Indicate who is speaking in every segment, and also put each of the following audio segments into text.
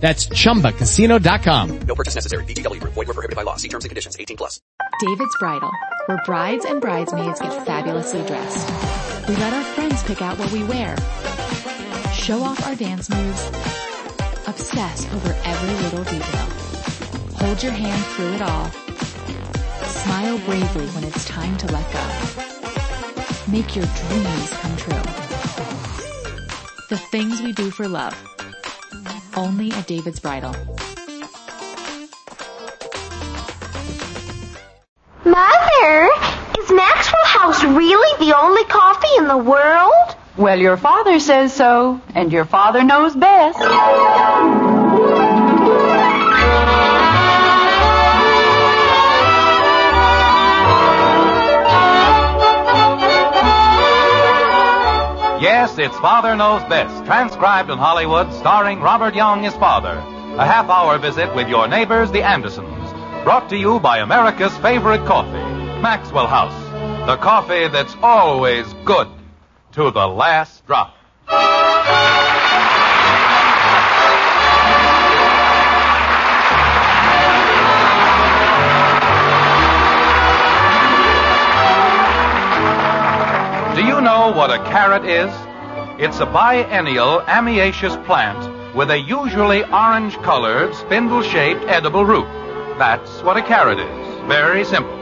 Speaker 1: That's chumbacasino.com.
Speaker 2: No purchase necessary. BGW. Void were prohibited by law. See terms and conditions. 18 plus.
Speaker 3: David's Bridal, where brides and bridesmaids get fabulously dressed. We let our friends pick out what we wear, show off our dance moves, obsess over every little detail, hold your hand through it all, smile bravely when it's time to let go, make your dreams come true. The things we do for love, only at David's Bridal.
Speaker 4: Mother, is Maxwell House really the only coffee in the world?
Speaker 5: Well, your father says so, and your father knows best.
Speaker 6: Yes, it's Father Knows Best, transcribed in Hollywood, starring Robert Young as father. A half hour visit with your neighbors, the Andersons. Brought to you by America's favorite coffee, Maxwell House. The coffee that's always good to the last drop. Do you know what a carrot is? It's a biennial amiaceous plant with a usually orange colored, spindle shaped edible root. That's what a carrot is. Very simple.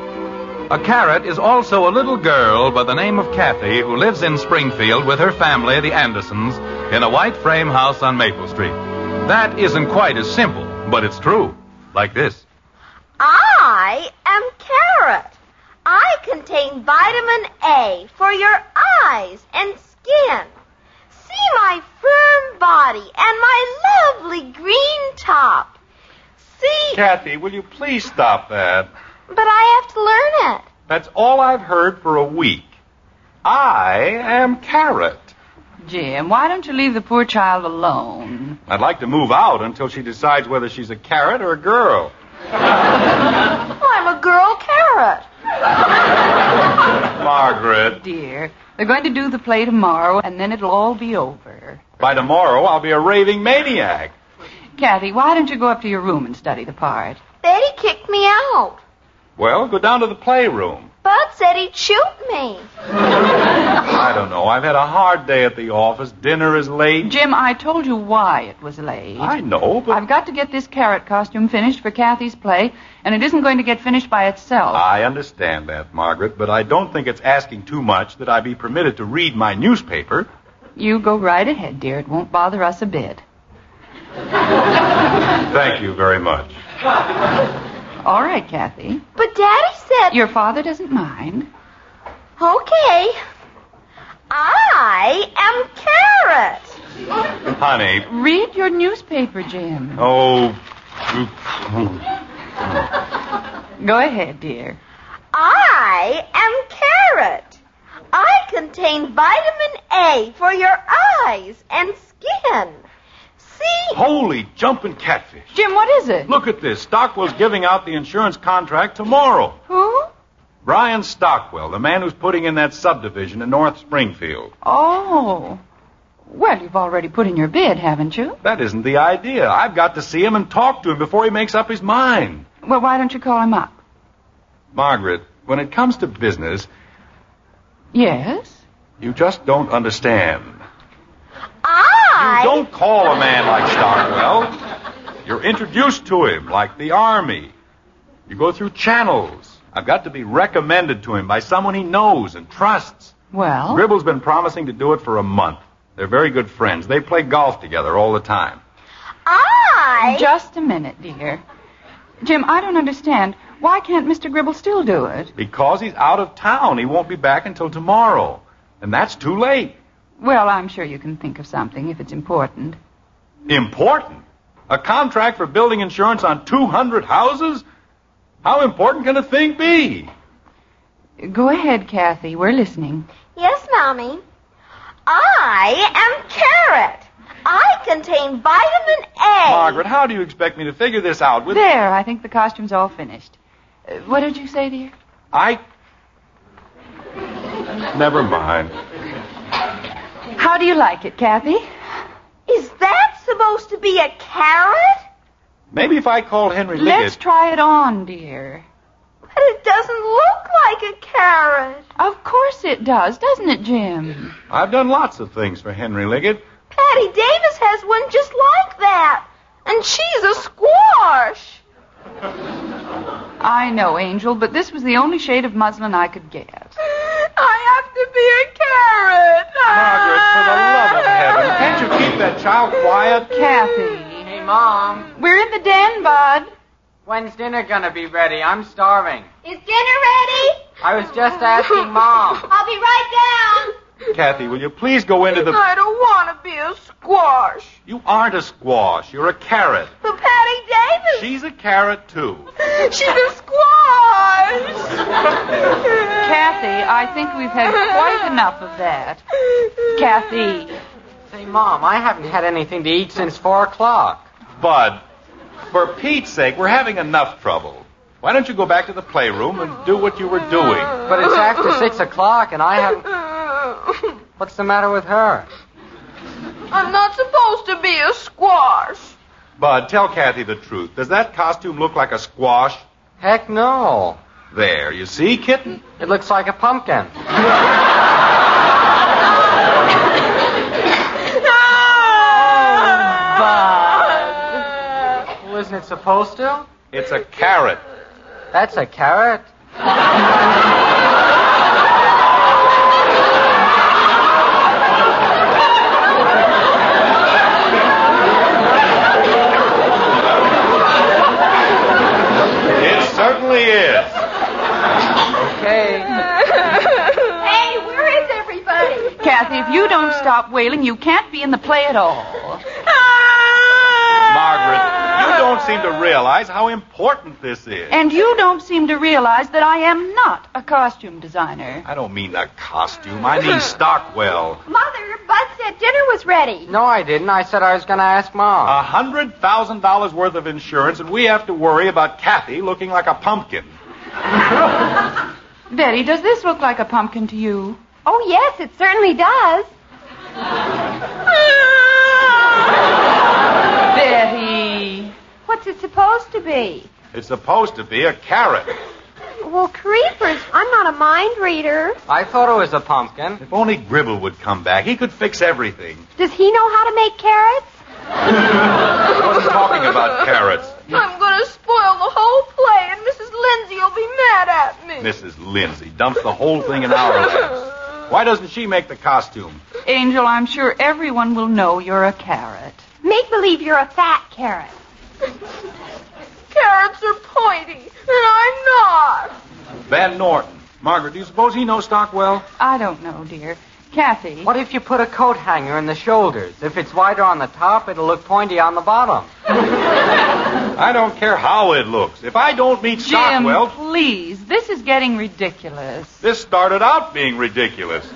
Speaker 6: A carrot is also a little girl by the name of Kathy who lives in Springfield with her family, the Andersons, in a white frame house on Maple Street. That isn't quite as simple, but it's true. Like this.
Speaker 4: I am carrot. I contain vitamin A for your eyes and skin. See my firm body and my lovely green top. See,
Speaker 7: Kathy, will you please stop that?
Speaker 4: but I have to learn it.
Speaker 7: That's all I've heard for a week. I am Carrot.
Speaker 5: Jim, why don't you leave the poor child alone?
Speaker 7: I'd like to move out until she decides whether she's a carrot or a girl.
Speaker 4: I'm a girl carrot.
Speaker 7: Margaret,
Speaker 5: Dear, they're going to do the play tomorrow, and then it'll all be over.
Speaker 7: by tomorrow I'll be a raving maniac.
Speaker 5: Kathy, why don't you go up to your room and study the part?
Speaker 4: Betty kicked me out.
Speaker 7: Well, go down to the playroom.
Speaker 4: Bud said he'd shoot me.
Speaker 7: I don't know. I've had a hard day at the office. Dinner is late.
Speaker 5: Jim, I told you why it was late.
Speaker 7: I know, but
Speaker 5: I've got to get this carrot costume finished for Kathy's play, and it isn't going to get finished by itself.
Speaker 7: I understand that, Margaret, but I don't think it's asking too much that I be permitted to read my newspaper.
Speaker 5: You go right ahead, dear. It won't bother us a bit.
Speaker 7: Thank you very much.
Speaker 5: All right, Kathy.
Speaker 4: But Daddy said,
Speaker 5: Your father doesn't mind.
Speaker 4: okay. I am carrot.
Speaker 7: Honey,
Speaker 5: Read your newspaper, Jim.
Speaker 7: Oh.
Speaker 5: Go ahead, dear.
Speaker 4: I am carrot. I contain vitamin A for your eyes and skin. See?
Speaker 7: Holy jumping catfish.
Speaker 5: Jim, what is it?
Speaker 7: Look at this. Stockwell's giving out the insurance contract tomorrow.
Speaker 5: Who?
Speaker 7: Brian Stockwell, the man who's putting in that subdivision in North Springfield.
Speaker 5: Oh. Well, you've already put in your bid, haven't you?
Speaker 7: That isn't the idea. I've got to see him and talk to him before he makes up his mind.
Speaker 5: Well, why don't you call him up?
Speaker 7: Margaret, when it comes to business,
Speaker 5: Yes.
Speaker 7: you just don't understand.
Speaker 4: I.
Speaker 7: Don't call a man like Stockwell. You're introduced to him like the army. You go through channels. I've got to be recommended to him by someone he knows and trusts.
Speaker 5: Well,
Speaker 7: Gribble's been promising to do it for a month. They're very good friends. They play golf together all the time.
Speaker 4: I.
Speaker 5: just a minute, dear. Jim, I don't understand. Why can't Mr. Gribble still do it?
Speaker 7: Because he's out of town, he won't be back until tomorrow. And that's too late.
Speaker 5: Well, I'm sure you can think of something if it's important.
Speaker 7: Important. A contract for building insurance on 200 houses? How important can a thing be?
Speaker 5: Go ahead, Kathy. We're listening.
Speaker 4: Yes, Mommy. I am carrot. I contain vitamin A.
Speaker 7: Margaret, how do you expect me to figure this out with
Speaker 5: There, I think the costume's all finished. Uh, what did you say, dear?
Speaker 7: I Never mind.
Speaker 5: How do you like it, Kathy?
Speaker 4: Is that supposed to be a carrot?
Speaker 7: Maybe if I call Henry
Speaker 5: Let's
Speaker 7: Liggett.
Speaker 5: try it on, dear.
Speaker 4: But it doesn't look like a carrot.
Speaker 5: Of course it does, doesn't it, Jim?
Speaker 7: I've done lots of things for Henry Liggett.
Speaker 4: Patty Davis has one just like that. And she's a squash.
Speaker 5: I know, Angel, but this was the only shade of muslin I could get.
Speaker 4: I have to be a carrot.
Speaker 7: Margaret, for the love of heaven, can't you keep that child quiet?
Speaker 5: Kathy,
Speaker 8: Hey, Mom.
Speaker 5: we're in the den, Bud.
Speaker 8: When's dinner gonna be ready? I'm starving.
Speaker 4: Is dinner ready?
Speaker 8: I was just asking Mom.
Speaker 4: I'll be right down.
Speaker 7: Kathy, will you please go into the
Speaker 4: I don't want to be a squash.
Speaker 7: You aren't a squash, you're a carrot.
Speaker 4: But Patty Davis,
Speaker 7: She's a carrot too.
Speaker 4: she's a squash.
Speaker 5: Kathy, I think we've had quite enough of that. Kathy,
Speaker 8: Say, Mom, I haven't had anything to eat since four o'clock.
Speaker 7: Bud, for Pete's sake, we're having enough trouble. Why don't you go back to the playroom and do what you were doing?
Speaker 8: But it's after six o'clock and I haven't. What's the matter with her?
Speaker 4: I'm not supposed to be a squash.
Speaker 7: Bud, tell Kathy the truth. Does that costume look like a squash?
Speaker 8: Heck no.
Speaker 7: There, you see, kitten?
Speaker 8: It looks like a pumpkin. Oh, Wasn't it supposed to?
Speaker 7: It's a carrot.
Speaker 8: That's a carrot.
Speaker 7: It certainly is.
Speaker 8: Okay.
Speaker 4: Hey, where is everybody?
Speaker 5: Kathy, if you don't stop wailing, you can't be in the play at all.
Speaker 4: Ah.
Speaker 7: Margaret, you don't seem to realize how important this is.
Speaker 5: And you don't seem to realize that I am not a costume designer.
Speaker 7: I don't mean the costume. I mean Stockwell.
Speaker 4: Mother, Bud said dinner was ready.
Speaker 8: No, I didn't. I said I was going to ask Mom.
Speaker 7: A hundred thousand dollars worth of insurance, and we have to worry about Kathy looking like a pumpkin.
Speaker 5: Betty, does this look like a pumpkin to you?
Speaker 4: Oh, yes, it certainly does.
Speaker 5: Betty.
Speaker 4: What's it supposed to be?
Speaker 7: It's supposed to be a carrot.
Speaker 4: Well, creepers, I'm not a mind reader.
Speaker 8: I thought it was a pumpkin.
Speaker 7: If only Gribble would come back, he could fix everything.
Speaker 4: Does he know how to make carrots?
Speaker 7: I'm talking about carrots,
Speaker 4: I'm gonna spoil the whole play, and Mrs. Lindsay will be mad at me.
Speaker 7: Mrs. Lindsay dumps the whole thing in our laps. Why doesn't she make the costume?
Speaker 5: Angel, I'm sure everyone will know you're a carrot.
Speaker 4: Make believe you're a fat carrot. Carrots are pointy, and I'm not.
Speaker 7: Van Norton. Margaret, do you suppose he knows Stockwell?
Speaker 5: I don't know, dear. Kathy.
Speaker 8: What if you put a coat hanger in the shoulders? If it's wider on the top, it'll look pointy on the bottom.
Speaker 7: I don't care how it looks. If I don't meet
Speaker 5: Jim,
Speaker 7: Stockwell,
Speaker 5: please. This is getting ridiculous.
Speaker 7: This started out being ridiculous.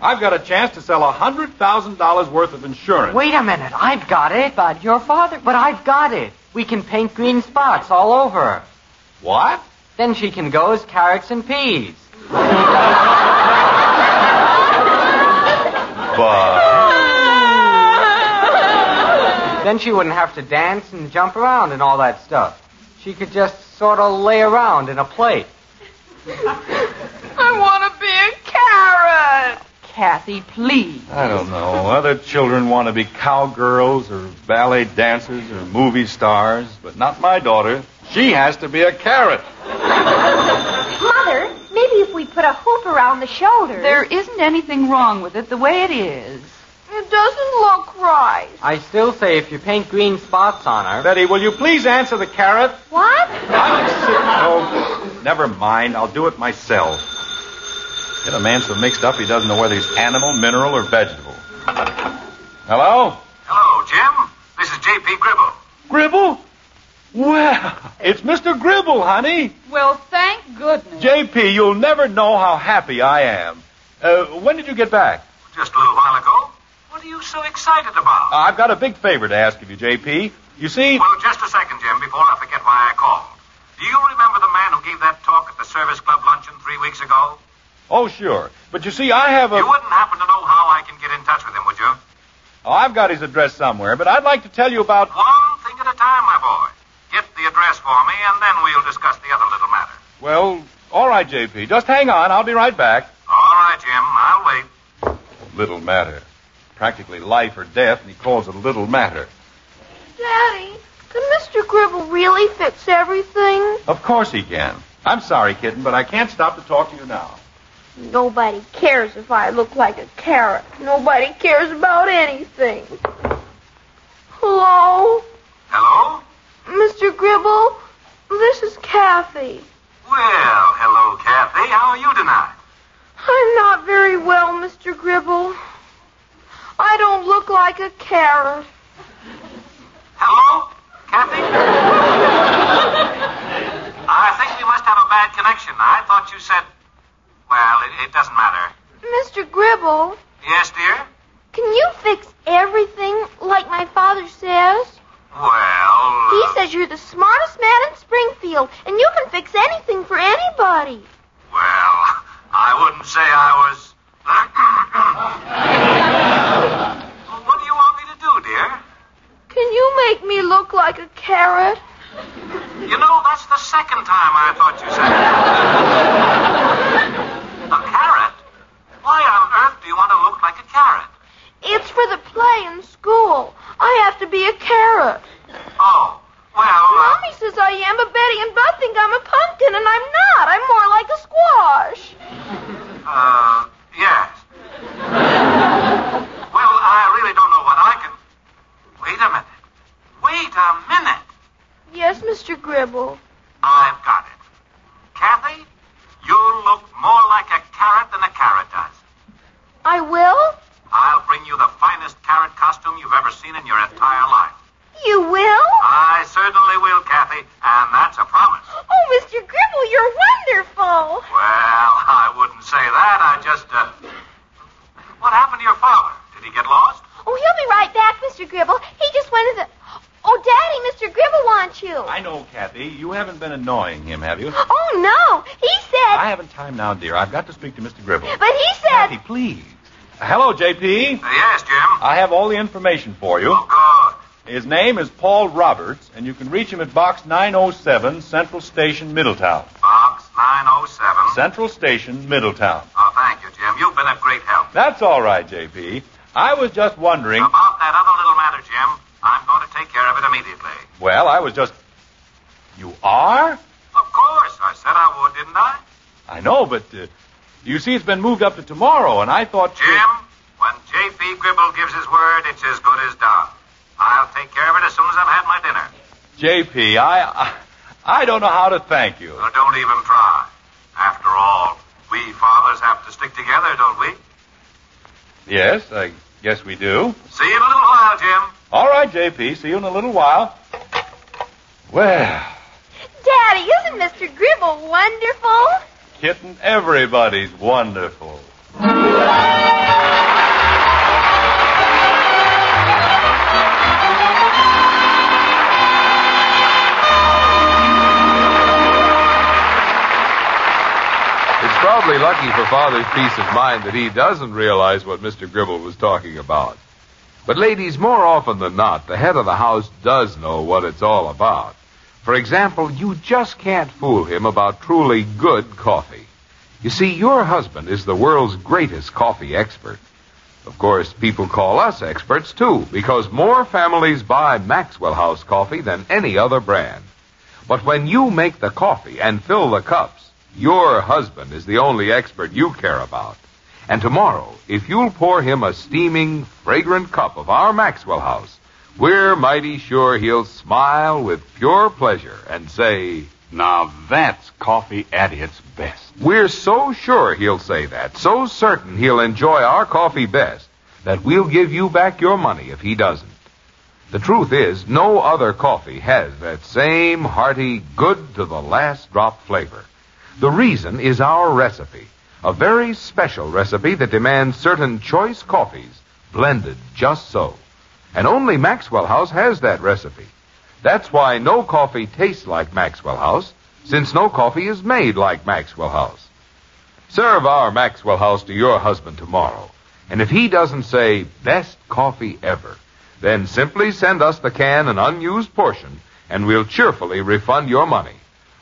Speaker 7: I've got a chance to sell $100,000 worth of insurance.
Speaker 8: Wait a minute. I've got it.
Speaker 5: Bud, your father.
Speaker 8: But I've got it. We can paint green spots all over her.
Speaker 7: What?
Speaker 8: Then she can go as carrots and peas.
Speaker 7: But
Speaker 8: Then she wouldn't have to dance and jump around and all that stuff. She could just sort of lay around in a plate.
Speaker 4: I want to be a carrot.
Speaker 5: Kathy, please.
Speaker 7: I don't know. Other children want to be cowgirls or ballet dancers or movie stars, but not my daughter. She has to be a carrot.
Speaker 4: Mother, maybe if we put a hoop around the shoulders.
Speaker 5: There isn't anything wrong with it the way it is.
Speaker 4: It doesn't look right.
Speaker 8: I still say if you paint green spots on her.
Speaker 7: Betty, will you please answer the carrot?
Speaker 4: What?
Speaker 7: I'm sick. No, never mind. I'll do it myself. Get a man so mixed up he doesn't know whether he's animal, mineral, or vegetable. Hello?
Speaker 9: Hello, Jim. This is J.P. Gribble.
Speaker 7: Gribble? Well, it's Mr. Gribble, honey.
Speaker 5: Well, thank goodness.
Speaker 7: JP, you'll never know how happy I am. Uh, when did you get back?
Speaker 9: Just a little while ago. What are you so excited about?
Speaker 7: I've got a big favor to ask of you, JP. You see,
Speaker 9: Well, just a second, Jim, before I forget why I called. Do you remember the man who gave that talk at the service club luncheon three weeks ago?
Speaker 7: oh sure, but you see, I have a.
Speaker 9: You wouldn't happen to know how I can get in touch with him, would you?
Speaker 7: Oh, I've got his address somewhere, but I'd like to tell you about.
Speaker 9: One thing at a time, my boy. Get the address for me, and then we'll discuss the other little matter.
Speaker 7: Well, all right, JP. Just hang on. I'll be right back.
Speaker 9: All right, Jim, I'll wait.
Speaker 7: Little matter. Practically life or death, and he calls it little matter.
Speaker 4: Daddy, can Mr. Gribble really fix everything?
Speaker 7: Of course he can. I'm sorry, kitten, but I can't stop to talk to you now.
Speaker 4: Nobody cares if I look like a carrot. Nobody cares about anything. Hello,
Speaker 9: Hello?
Speaker 4: Mr. Gribble? This is Kathy.
Speaker 9: Well, hello, Kathy. How are you tonight?
Speaker 4: I'm not very well, Mr. Gribble. I don't look like a carrot.
Speaker 9: Hello, Kathy? I think we must have a bad connection. I thought you said. Well, it, it doesn't matter.
Speaker 4: Mr. Gribble,
Speaker 9: Yes, dear?
Speaker 4: can you fix everything like my father says?
Speaker 9: Well.
Speaker 4: He says you're the smartest man in Springfield, and you can fix anything for anybody.
Speaker 9: Well, I wouldn't say I was. Well, what do you want me to do, dear?
Speaker 4: Can you make me look like a carrot?
Speaker 9: You know, that's the second time I thought you said that. a carrot? Why on earth do you want to look like a carrot?
Speaker 4: It's for the play in school. I have to be a carrot.
Speaker 9: Oh, well. uh,
Speaker 4: Mommy says I am, but Betty and Bud think I'm a pumpkin, and I'm not. I'm more like a squash.
Speaker 9: Uh, yes. well, I really don't know what I can. Wait a minute. Wait a minute.
Speaker 4: Yes, Mr. Gribble.
Speaker 9: I've got it. Kathy, you look more like a carrot than a carrot does.
Speaker 4: I will?
Speaker 9: I'll bring you the finest carrot costume you've ever seen in your entire life.
Speaker 4: You will?
Speaker 9: I certainly will, Kathy, and that's a promise.
Speaker 4: Oh, Mr. Gribble, you're wonderful.
Speaker 9: Well, I wouldn't say that. I just, uh. What happened to your father? Did he get lost?
Speaker 4: Oh, he'll be right back, Mr. Gribble. He just went to the. Oh, Daddy, Mr. Gribble wants you.
Speaker 7: I know, Kathy. You haven't been annoying him, have you?
Speaker 4: Oh, no. He said.
Speaker 7: I haven't time now, dear. I've got to speak to Mr. Gribble.
Speaker 4: But he said.
Speaker 7: Kathy, please. Hello, JP.
Speaker 9: Uh, yes, Jim.
Speaker 7: I have all the information for you.
Speaker 9: Oh, good.
Speaker 7: His name is Paul Roberts, and you can reach him at Box 907, Central Station, Middletown.
Speaker 9: Box 907.
Speaker 7: Central Station, Middletown.
Speaker 9: Oh, thank you, Jim. You've been a great help.
Speaker 7: That's all right, JP. I was just wondering.
Speaker 9: About that other little matter, Jim, I'm going to take care of it immediately.
Speaker 7: Well, I was just. You are?
Speaker 9: Of course. I said I would, didn't I?
Speaker 7: I know, but uh, you see, it's been moved up to tomorrow, and I thought.
Speaker 9: Jim, when J.P. Gribble gives his word, it's as good as done. I'll take care of it as soon as I've had my dinner.
Speaker 7: JP, I, I, I don't know how to thank you.
Speaker 9: Well, don't even try. After all, we fathers have to stick together, don't we?
Speaker 7: Yes, I guess we do.
Speaker 9: See you in a little while, Jim.
Speaker 7: All right, JP. See you in a little while. Well,
Speaker 4: Daddy, isn't Mr. Gribble wonderful?
Speaker 7: kitten, everybody's wonderful.
Speaker 10: It's probably lucky for Father's peace of mind that he doesn't realize what Mr. Gribble was talking about. But ladies, more often than not, the head of the house does know what it's all about. For example, you just can't fool him about truly good coffee. You see, your husband is the world's greatest coffee expert. Of course, people call us experts too, because more families buy Maxwell House coffee than any other brand. But when you make the coffee and fill the cups, your husband is the only expert you care about. And tomorrow, if you'll pour him a steaming, fragrant cup of our Maxwell House, we're mighty sure he'll smile with pure pleasure and say,
Speaker 7: Now that's coffee at its best.
Speaker 10: We're so sure he'll say that, so certain he'll enjoy our coffee best, that we'll give you back your money if he doesn't. The truth is, no other coffee has that same hearty, good to the last drop flavor. The reason is our recipe, a very special recipe that demands certain choice coffees blended just so. And only Maxwell House has that recipe. That's why no coffee tastes like Maxwell House, since no coffee is made like Maxwell House. Serve our Maxwell House to your husband tomorrow, and if he doesn't say, best coffee ever, then simply send us the can and unused portion, and we'll cheerfully refund your money.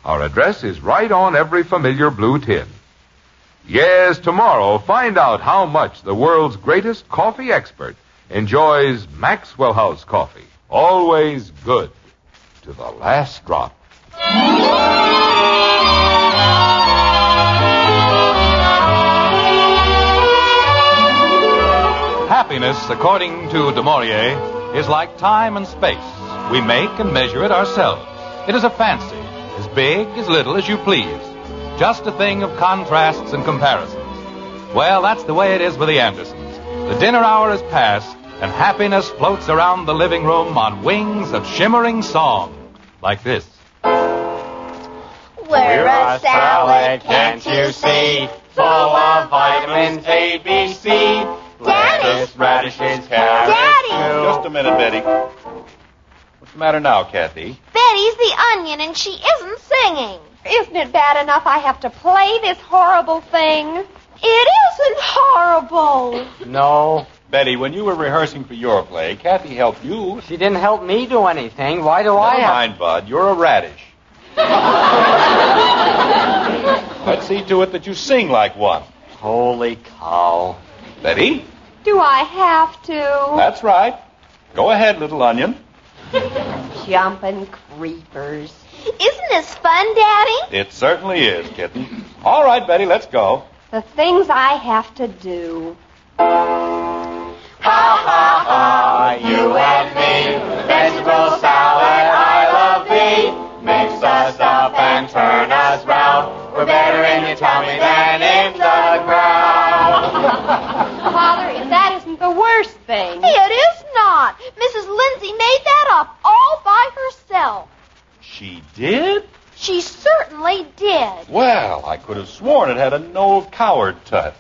Speaker 10: Our address is right on every familiar blue tin. Yes, tomorrow find out how much the world's greatest coffee expert enjoys Maxwell House coffee. Always good to the last drop.
Speaker 6: Happiness, according to Du Maurier, is like time and space. We make and measure it ourselves. It is a fancy, as big, as little as you please. Just a thing of contrasts and comparisons. Well, that's the way it is with the Andersons. The dinner hour is past, and happiness floats around the living room on wings of shimmering song, like this.
Speaker 4: We're a salad,
Speaker 11: can't you see? Full of vitamins A, B, C. Lettuce, radishes, carrots.
Speaker 4: Daddy!
Speaker 7: Just a minute, Betty. What's the matter now, Kathy?
Speaker 4: Betty's the onion, and she isn't singing. Isn't it bad enough I have to play this horrible thing? It isn't horrible.
Speaker 8: No.
Speaker 7: Betty, when you were rehearsing for your play, Kathy helped you.
Speaker 8: She didn't help me do anything. Why do I
Speaker 7: Never
Speaker 8: have...
Speaker 7: mind, Bud. You're a radish. Let's see to it that you sing like one.
Speaker 8: Holy cow.
Speaker 7: Betty,
Speaker 4: Do I have to?
Speaker 7: that's right. Go ahead, little onion.
Speaker 12: Jumping creepers.
Speaker 4: Isn't this fun, Daddy?
Speaker 7: It certainly is, kitten. All right, Betty, let's go.
Speaker 12: The things I have to do.
Speaker 11: Ah, you and me. Vegetable salad, I love thee. Mix us up and turn us round. We're better in your tummy than in the ground.
Speaker 12: Father, if that isn't the worst thing.
Speaker 4: It is not. Mrs. Lindsay made that up all by herself.
Speaker 7: She did?
Speaker 4: She certainly did.
Speaker 7: Well, I could have sworn it had a Noel Coward touch.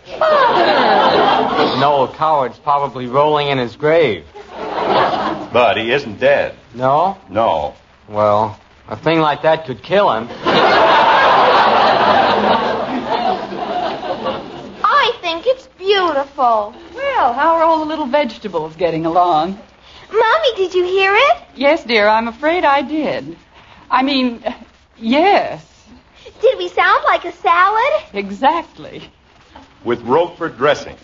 Speaker 8: Noel Coward's probably rolling in his grave.
Speaker 7: But he isn't dead.
Speaker 8: No?
Speaker 7: No.
Speaker 8: Well, a thing like that could kill him.
Speaker 4: I think it's beautiful.
Speaker 5: Well, how are all the little vegetables getting along?
Speaker 4: Mommy, did you hear it?
Speaker 5: Yes, dear, I'm afraid I did. I mean, yes,
Speaker 4: Did we sound like a salad?
Speaker 5: exactly.
Speaker 7: With rope for dressing.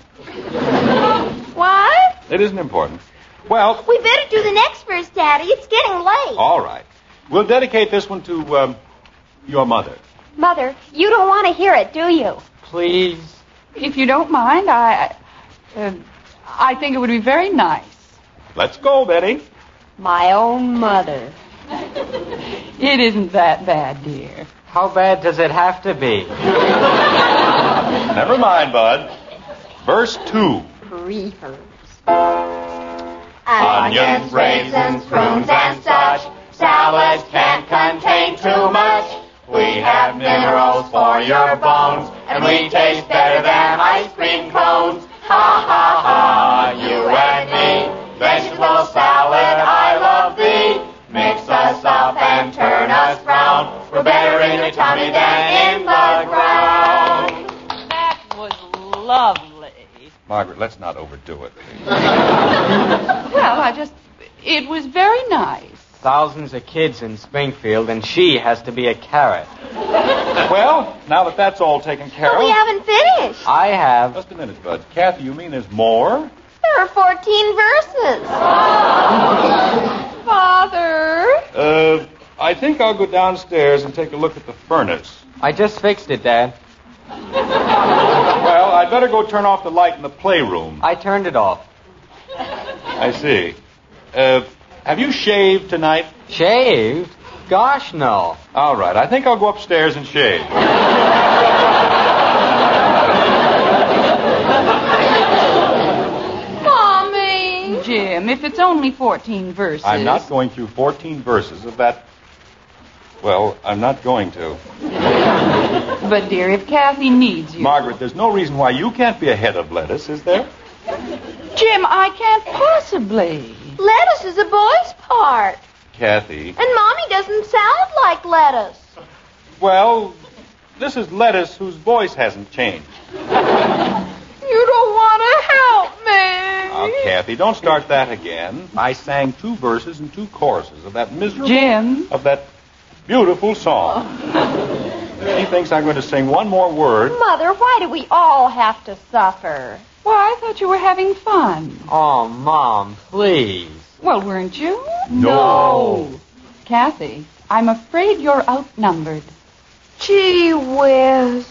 Speaker 4: What?
Speaker 7: It isn't important. Well,
Speaker 4: We better do the next verse, Daddy. It's getting late.
Speaker 7: all right. We'll dedicate this one to um, your mother.
Speaker 4: Mother, you don't want to hear it, do you?
Speaker 8: Please.
Speaker 5: If you don't mind, I, uh, I think it would be very nice
Speaker 7: Let's go, Betty.
Speaker 12: My own mother.
Speaker 5: It isn't that bad, dear.
Speaker 8: How bad does it have to be?
Speaker 7: Never mind, Bud. Verse two.
Speaker 12: Creepers.
Speaker 11: Onions, raisins, prunes, and such. Salad can't contain too much. We have minerals for your bones, and we taste better than ice cream cones. Ha ha ha, you and me. Vegetable salad, I love thee. Mix us up and turn us round. We're better in your tummy than in the ground.
Speaker 5: That was lovely.
Speaker 7: Margaret, let's not overdo it.
Speaker 5: Well, I just, it was very nice.
Speaker 8: Thousands of kids in Springfield, and she has to be a carrot.
Speaker 7: well, now that that's all taken care
Speaker 4: But we
Speaker 7: of.
Speaker 4: haven't finished.
Speaker 8: I have.
Speaker 7: Just a minute, Bud. Kathy, you mean there's more?
Speaker 4: There are 14 verses. Father.
Speaker 7: Uh, I think I'll go downstairs and take a look at the furnace.
Speaker 8: I just fixed it, Dad.
Speaker 7: Well, I'd better go turn off the light in the playroom.
Speaker 8: I turned it off.
Speaker 7: I see. Uh, have you shaved tonight?
Speaker 8: Shaved? Gosh, no.
Speaker 7: All right, I think I'll go upstairs and shave.
Speaker 4: Mommy.
Speaker 5: Jim, if it's only 14 verses.
Speaker 7: I'm not going through 14 verses of that. Well, I'm not going to.
Speaker 5: But, dear, if Kathy needs you.
Speaker 7: Margaret, there's no reason why you can't be ahead of lettuce, is there?
Speaker 5: Jim, I can't possibly.
Speaker 4: Lettuce is a boy's part.
Speaker 7: Kathy.
Speaker 4: And Mommy doesn't sound like lettuce.
Speaker 7: Well, this is lettuce whose voice hasn't changed.
Speaker 4: You don't want to help me.
Speaker 7: Now, Kathy, don't start that again. I sang two verses and two choruses of that miserable.
Speaker 5: Jim.
Speaker 7: Of that beautiful song. She thinks I'm going to sing one more word.
Speaker 12: Mother, why do we all have to suffer?
Speaker 5: Why, I thought you were having fun.
Speaker 8: Oh, Mom, please.
Speaker 5: Well, weren't you?
Speaker 8: No.
Speaker 5: Kathy, I'm afraid you're outnumbered.
Speaker 12: Gee whiz.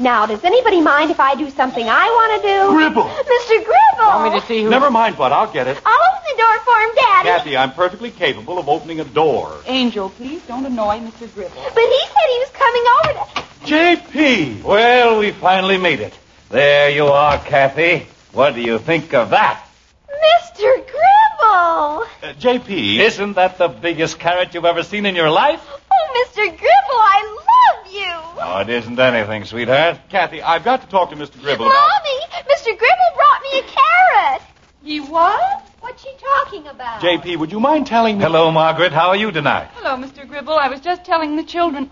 Speaker 12: Now, does anybody mind if I do something I want to do?
Speaker 7: Gribble.
Speaker 12: Mr. Gribble.
Speaker 8: Want me to see who?
Speaker 7: Never mind what, I'll get it.
Speaker 4: I'll open the door for him, Daddy.
Speaker 7: Kathy, I'm perfectly capable of opening a door.
Speaker 5: Angel, please don't annoy Mr. Gribble.
Speaker 4: But he said he was coming over to...
Speaker 7: JP!
Speaker 9: Well, we finally made it. There you are, Kathy. What do you think of that?
Speaker 4: Mr. Gribble!
Speaker 7: Uh, JP.
Speaker 9: Isn't that the biggest carrot you've ever seen in your life?
Speaker 4: Oh, Mr. Gribble, I love you!
Speaker 9: Oh, it isn't anything, sweetheart.
Speaker 7: Kathy, I've got to talk to Mr. Gribble about.
Speaker 4: Mommy, Mr. Gribble brought me a carrot.
Speaker 5: He what?
Speaker 4: What's she talking about?
Speaker 7: JP, would you mind telling me?
Speaker 9: Hello, Margaret. How are you tonight?
Speaker 5: Hello, Mr. Gribble. I was just telling the children.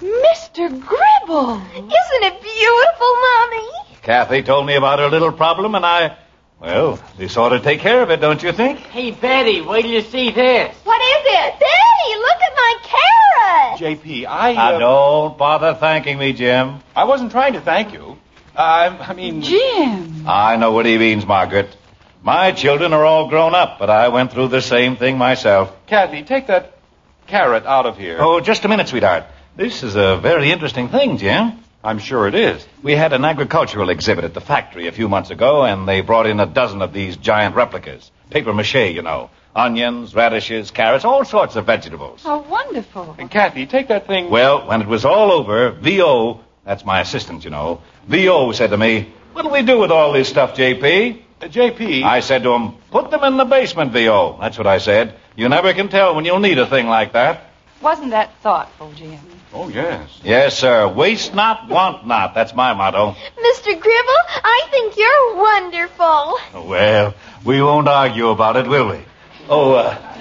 Speaker 5: Mr. Gribble!
Speaker 4: Isn't it beautiful, Mommy?
Speaker 9: Kathy told me about her little problem, and I, well, we sort of take care of it, don't you think?
Speaker 8: Hey, Betty, wait till you see this.
Speaker 4: What is it? Daddy, look at my carrot!
Speaker 7: JP, I. Uh,
Speaker 9: Now, Ah, don't bother thanking me, Jim.
Speaker 7: I wasn't trying to thank you. I, I mean.
Speaker 5: Jim!
Speaker 9: I know what he means, Margaret. My children are all grown up, but I went through the same thing myself.
Speaker 7: Kathy, take that carrot out of here.
Speaker 9: Oh, just a minute, sweetheart. This is a very interesting thing, Jim.
Speaker 7: I'm sure it is.
Speaker 9: We had an agricultural exhibit at the factory a few months ago, and they brought in a dozen of these giant replicas. Paper mache, you know. Onions, radishes, carrots, all sorts of vegetables.
Speaker 4: Oh,
Speaker 5: How wonderful.
Speaker 7: And Kathy, take that thing.
Speaker 9: Well, when it was all over, V.O., that's my assistant, you know, V.O. said to me, What'll we do with all this stuff, J.P.?
Speaker 7: Uh, JP.
Speaker 9: I said to him, Put them in the basement, V.O. That's what I said. You never can tell when you'll need a thing like that.
Speaker 5: Wasn't that thoughtful, Jim?
Speaker 7: Oh, yes.
Speaker 9: Yes, sir. Waste not, want not. That's my motto.
Speaker 4: Mr. Gribble, I think you're wonderful.
Speaker 9: Well, we won't argue about it, will we? Oh, uh,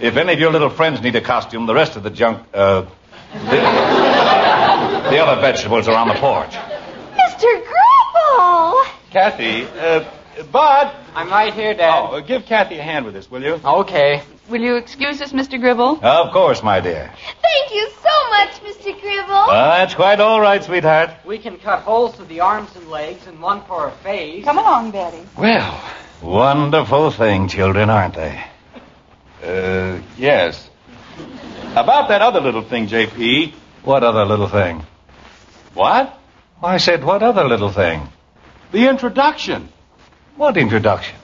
Speaker 9: if any of your little friends need a costume, the rest of the junk, uh, the, the other vegetables are on the porch.
Speaker 4: Mr. Gribble!
Speaker 7: Kathy, uh, Bud.
Speaker 8: I'm right here,
Speaker 7: Oh,
Speaker 8: Dad.
Speaker 7: uh, give Kathy a hand with this, will you?
Speaker 8: Okay.
Speaker 5: Will you excuse us, Mr. Gribble?
Speaker 9: Of course, my dear.
Speaker 4: Thank you so much, Mr. Gribble.
Speaker 9: Uh, that's quite all right, sweetheart.
Speaker 8: We can cut holes through the arms and legs and one for a face.
Speaker 5: Come along, Betty.
Speaker 9: Well, wonderful thing, children, aren't they?
Speaker 7: Uh, yes. About that other little thing, JP.
Speaker 9: What other little thing?
Speaker 7: What?
Speaker 9: I said, what other little thing?
Speaker 7: The introduction.
Speaker 9: What introduction?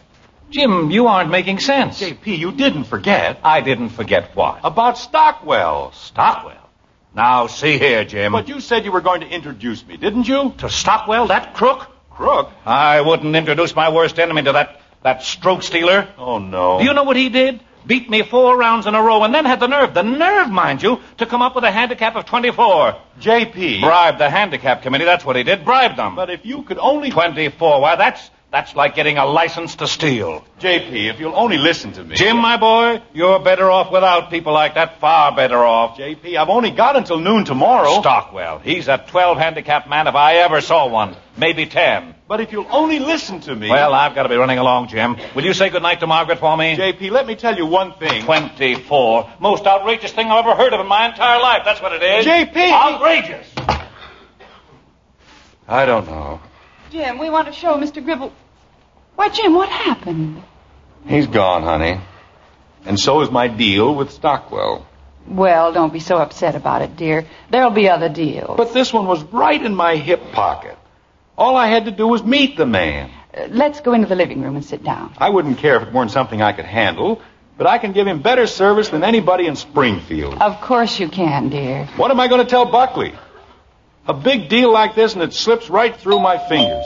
Speaker 9: Jim, you aren't making sense.
Speaker 7: JP, you didn't forget.
Speaker 9: I didn't forget what.
Speaker 7: About Stockwell.
Speaker 9: Stockwell. Now, see here, Jim.
Speaker 7: But you said you were going to introduce me, didn't you?
Speaker 9: To Stockwell, that crook?
Speaker 7: Crook?
Speaker 9: I wouldn't introduce my worst enemy to that, that stroke stealer.
Speaker 7: Oh, no.
Speaker 9: Do you know what he did? Beat me four rounds in a row and then had the nerve, the nerve, mind you, to come up with a handicap of 24.
Speaker 7: JP.
Speaker 9: Bribed the handicap committee, that's what he did. Bribed them.
Speaker 7: But if you could only.
Speaker 9: 24, why, that's, that's like getting a license to steal.
Speaker 7: JP, if you'll only listen to me.
Speaker 9: Jim, my boy, you're better off without people like that, far better off.
Speaker 7: JP, I've only got until noon tomorrow.
Speaker 9: Stockwell, he's a 12 handicap man if I ever saw one. Maybe 10.
Speaker 7: But if you'll only listen to me.
Speaker 9: Well, I've got to be running along, Jim. Will you say goodnight to Margaret for me?
Speaker 7: JP, let me tell you one thing.
Speaker 9: 24. Most outrageous thing I've ever heard of in my entire life. That's what it is.
Speaker 7: JP!
Speaker 9: Outrageous.
Speaker 7: I don't know.
Speaker 5: Jim, we want to show Mr. Gribble. Why, Jim, what happened?
Speaker 7: He's gone, honey. And so is my deal with Stockwell.
Speaker 5: Well, don't be so upset about it, dear. There'll be other deals.
Speaker 7: But this one was right in my hip pocket. All I had to do was meet the man.
Speaker 5: Uh, let's go into the living room and sit down.
Speaker 7: I wouldn't care if it weren't something I could handle, but I can give him better service than anybody in Springfield.
Speaker 5: Of course you can, dear.
Speaker 7: What am I going to tell Buckley? A big deal like this, and it slips right through my fingers.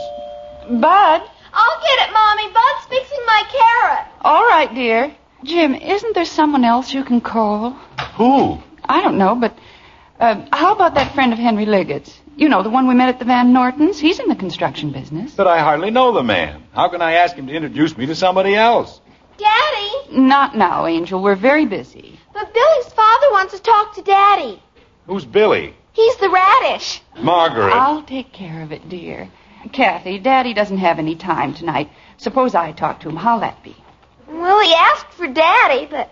Speaker 5: Bud?
Speaker 4: I'll get it, Mommy. Bud's fixing my carrot.
Speaker 5: All right, dear. Jim, isn't there someone else you can call?
Speaker 7: Who?
Speaker 5: I don't know, but uh, how about that friend of Henry Liggett's? You know, the one we met at the Van Nortons. He's in the construction business.
Speaker 7: But I hardly know the man. How can I ask him to introduce me to somebody else?
Speaker 4: Daddy,
Speaker 5: Not now, Angel. We're very busy.
Speaker 4: but Billy's father wants to talk to Daddy.
Speaker 7: Who's Billy?
Speaker 4: He's the radish.
Speaker 7: Margaret.
Speaker 5: I'll take care of it, dear. Kathy, Daddy doesn't have any time tonight. Suppose I talk to him. How'll that be?
Speaker 4: Well, he asked for Daddy, but.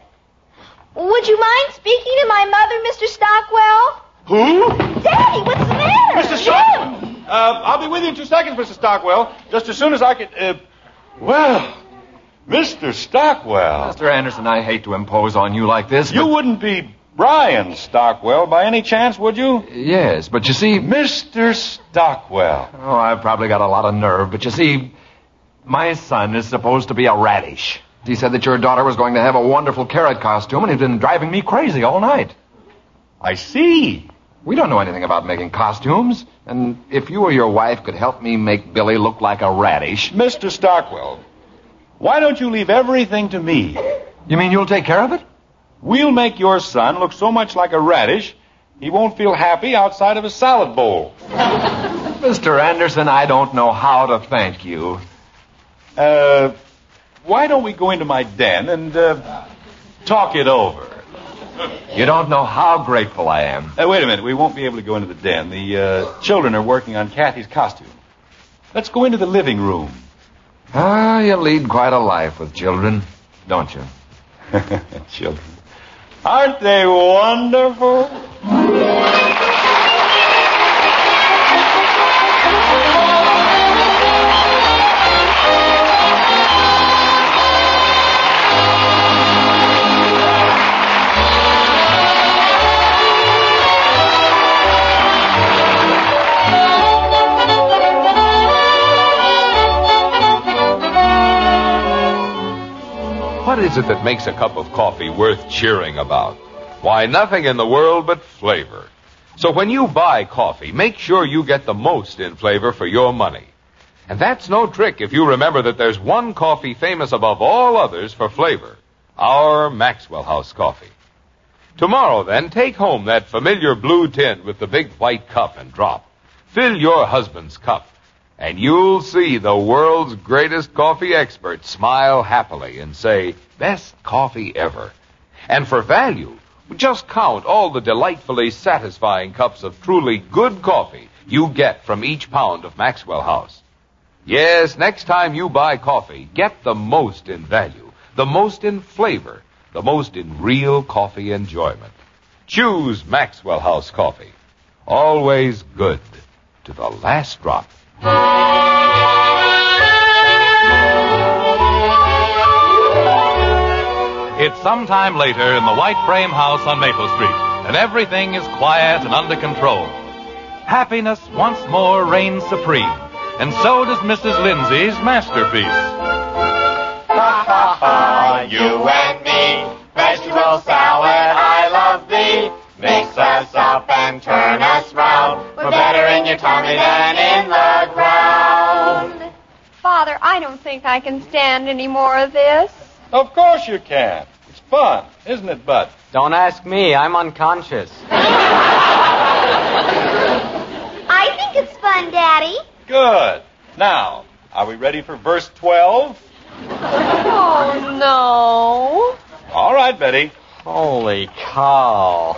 Speaker 4: Would you mind speaking to my mother, Mr. Stockwell?
Speaker 7: Who?
Speaker 4: Daddy, what's the matter?
Speaker 7: Mr. Stockwell! Uh, I'll be with you in two seconds, Mr. Stockwell. Just as soon as I could. Uh, well, Mr. Stockwell.
Speaker 13: Mr. Anderson, I hate to impose on you like this.
Speaker 7: You wouldn't be Brian Stockwell by any chance, would you?
Speaker 13: Yes, but you see.
Speaker 7: Mr. Stockwell.
Speaker 13: Oh, I've probably got a lot of nerve, but you see, my son is supposed to be a radish. He said that your daughter was going to have a wonderful carrot costume, and he's been driving me crazy all night.
Speaker 7: I see.
Speaker 13: We don't know anything about making costumes, and if you or your wife could help me make Billy look like a radish.
Speaker 7: Mr. Stockwell, why don't you leave everything to me?
Speaker 13: You mean you'll take care of it?
Speaker 7: We'll make your son look so much like a radish, he won't feel happy outside of a salad bowl.
Speaker 13: Mr. Anderson, I don't know how to thank you.
Speaker 7: Uh, why don't we go into my den and uh, talk it over?
Speaker 13: You don't know how grateful I am.
Speaker 7: Uh, wait a minute. We won't be able to go into the den. The uh, children are working on Kathy's costume. Let's go into the living room.
Speaker 13: Ah, you lead quite a life with children, don't you?
Speaker 7: children. Aren't they wonderful?
Speaker 10: What is it that makes a cup of coffee worth cheering about? Why, nothing in the world but flavor. So when you buy coffee, make sure you get the most in flavor for your money. And that's no trick if you remember that there's one coffee famous above all others for flavor. Our Maxwell House coffee. Tomorrow then, take home that familiar blue tin with the big white cup and drop. Fill your husband's cup. And you'll see the world's greatest coffee expert smile happily and say, best coffee ever. And for value, just count all the delightfully satisfying cups of truly good coffee you get from each pound of Maxwell House. Yes, next time you buy coffee, get the most in value, the most in flavor, the most in real coffee enjoyment. Choose Maxwell House coffee. Always good to the last drop.
Speaker 6: It's sometime later in the white frame house on Maple Street, and everything is quiet and under control. Happiness once more reigns supreme, and so does Mrs. Lindsay's masterpiece.
Speaker 11: you and me, vegetable salad, I love thee. Mix us up and turn us round. We're better in your tummy than in the ground.
Speaker 12: Father, I don't think I can stand any more of this.
Speaker 7: Of course you can. It's fun, isn't it, Bud?
Speaker 8: Don't ask me. I'm unconscious.
Speaker 4: I think it's fun, Daddy.
Speaker 7: Good. Now, are we ready for verse 12?
Speaker 12: Oh, no.
Speaker 7: All right, Betty.
Speaker 8: Holy cow.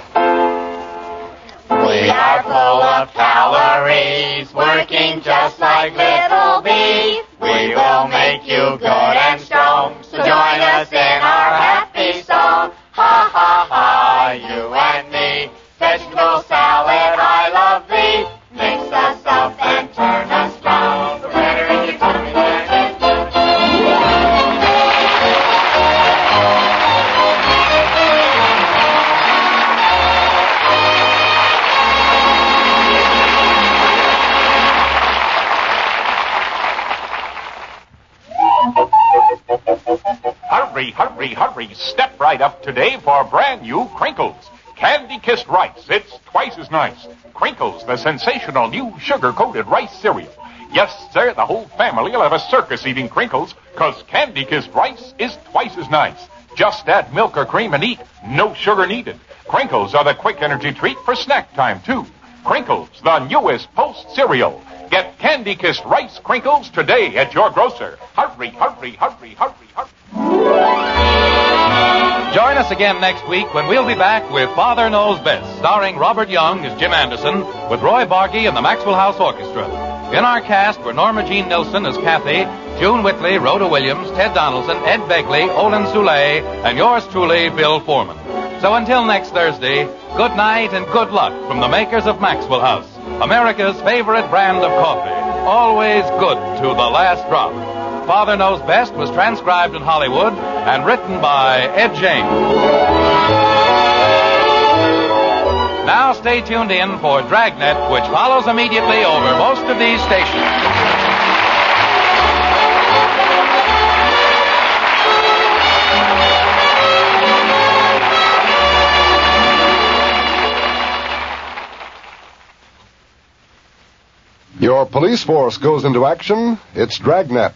Speaker 11: We are full of calories, working just like little bees. We will make you good and strong, so join us in our happy song. Ha ha ha, you and me. Vegetable salad, I love thee. Mix us up and turn us round. The better in your tummy than in the
Speaker 14: Hurry, hurry, hurry. Step right up today for brand new Crinkles. Candy kissed rice. It's twice as nice. Crinkles, the sensational new sugar coated rice cereal. Yes, sir, the whole family will have a circus eating crinkles, 'cause candy kissed rice is twice as nice. Just add milk or cream and eat. No sugar needed. Crinkles are the quick energy treat for snack time, too. Crinkles, the newest post cereal. Get candy kissed rice crinkles today at your grocer. Hurry, hurry, hurry, hurry.
Speaker 6: Join us again next week when we'll be back with Father Knows Best, starring Robert Young as Jim Anderson, with Roy Barkey and the Maxwell House Orchestra. In our cast were Norma Jean Nilsson as Kathy, June Whitley, Rhoda Williams, Ted Donaldson, Ed Begley, Olin Soule, and yours truly, Bill Foreman. So until next Thursday, good night and good luck from the makers of Maxwell House, America's favorite brand of coffee, always good to the last drop. Father Knows Best was transcribed in Hollywood and written by Ed James. Now stay tuned in for Dragnet, which follows immediately over most of these stations.
Speaker 15: Your police force goes into action. It's Dragnet,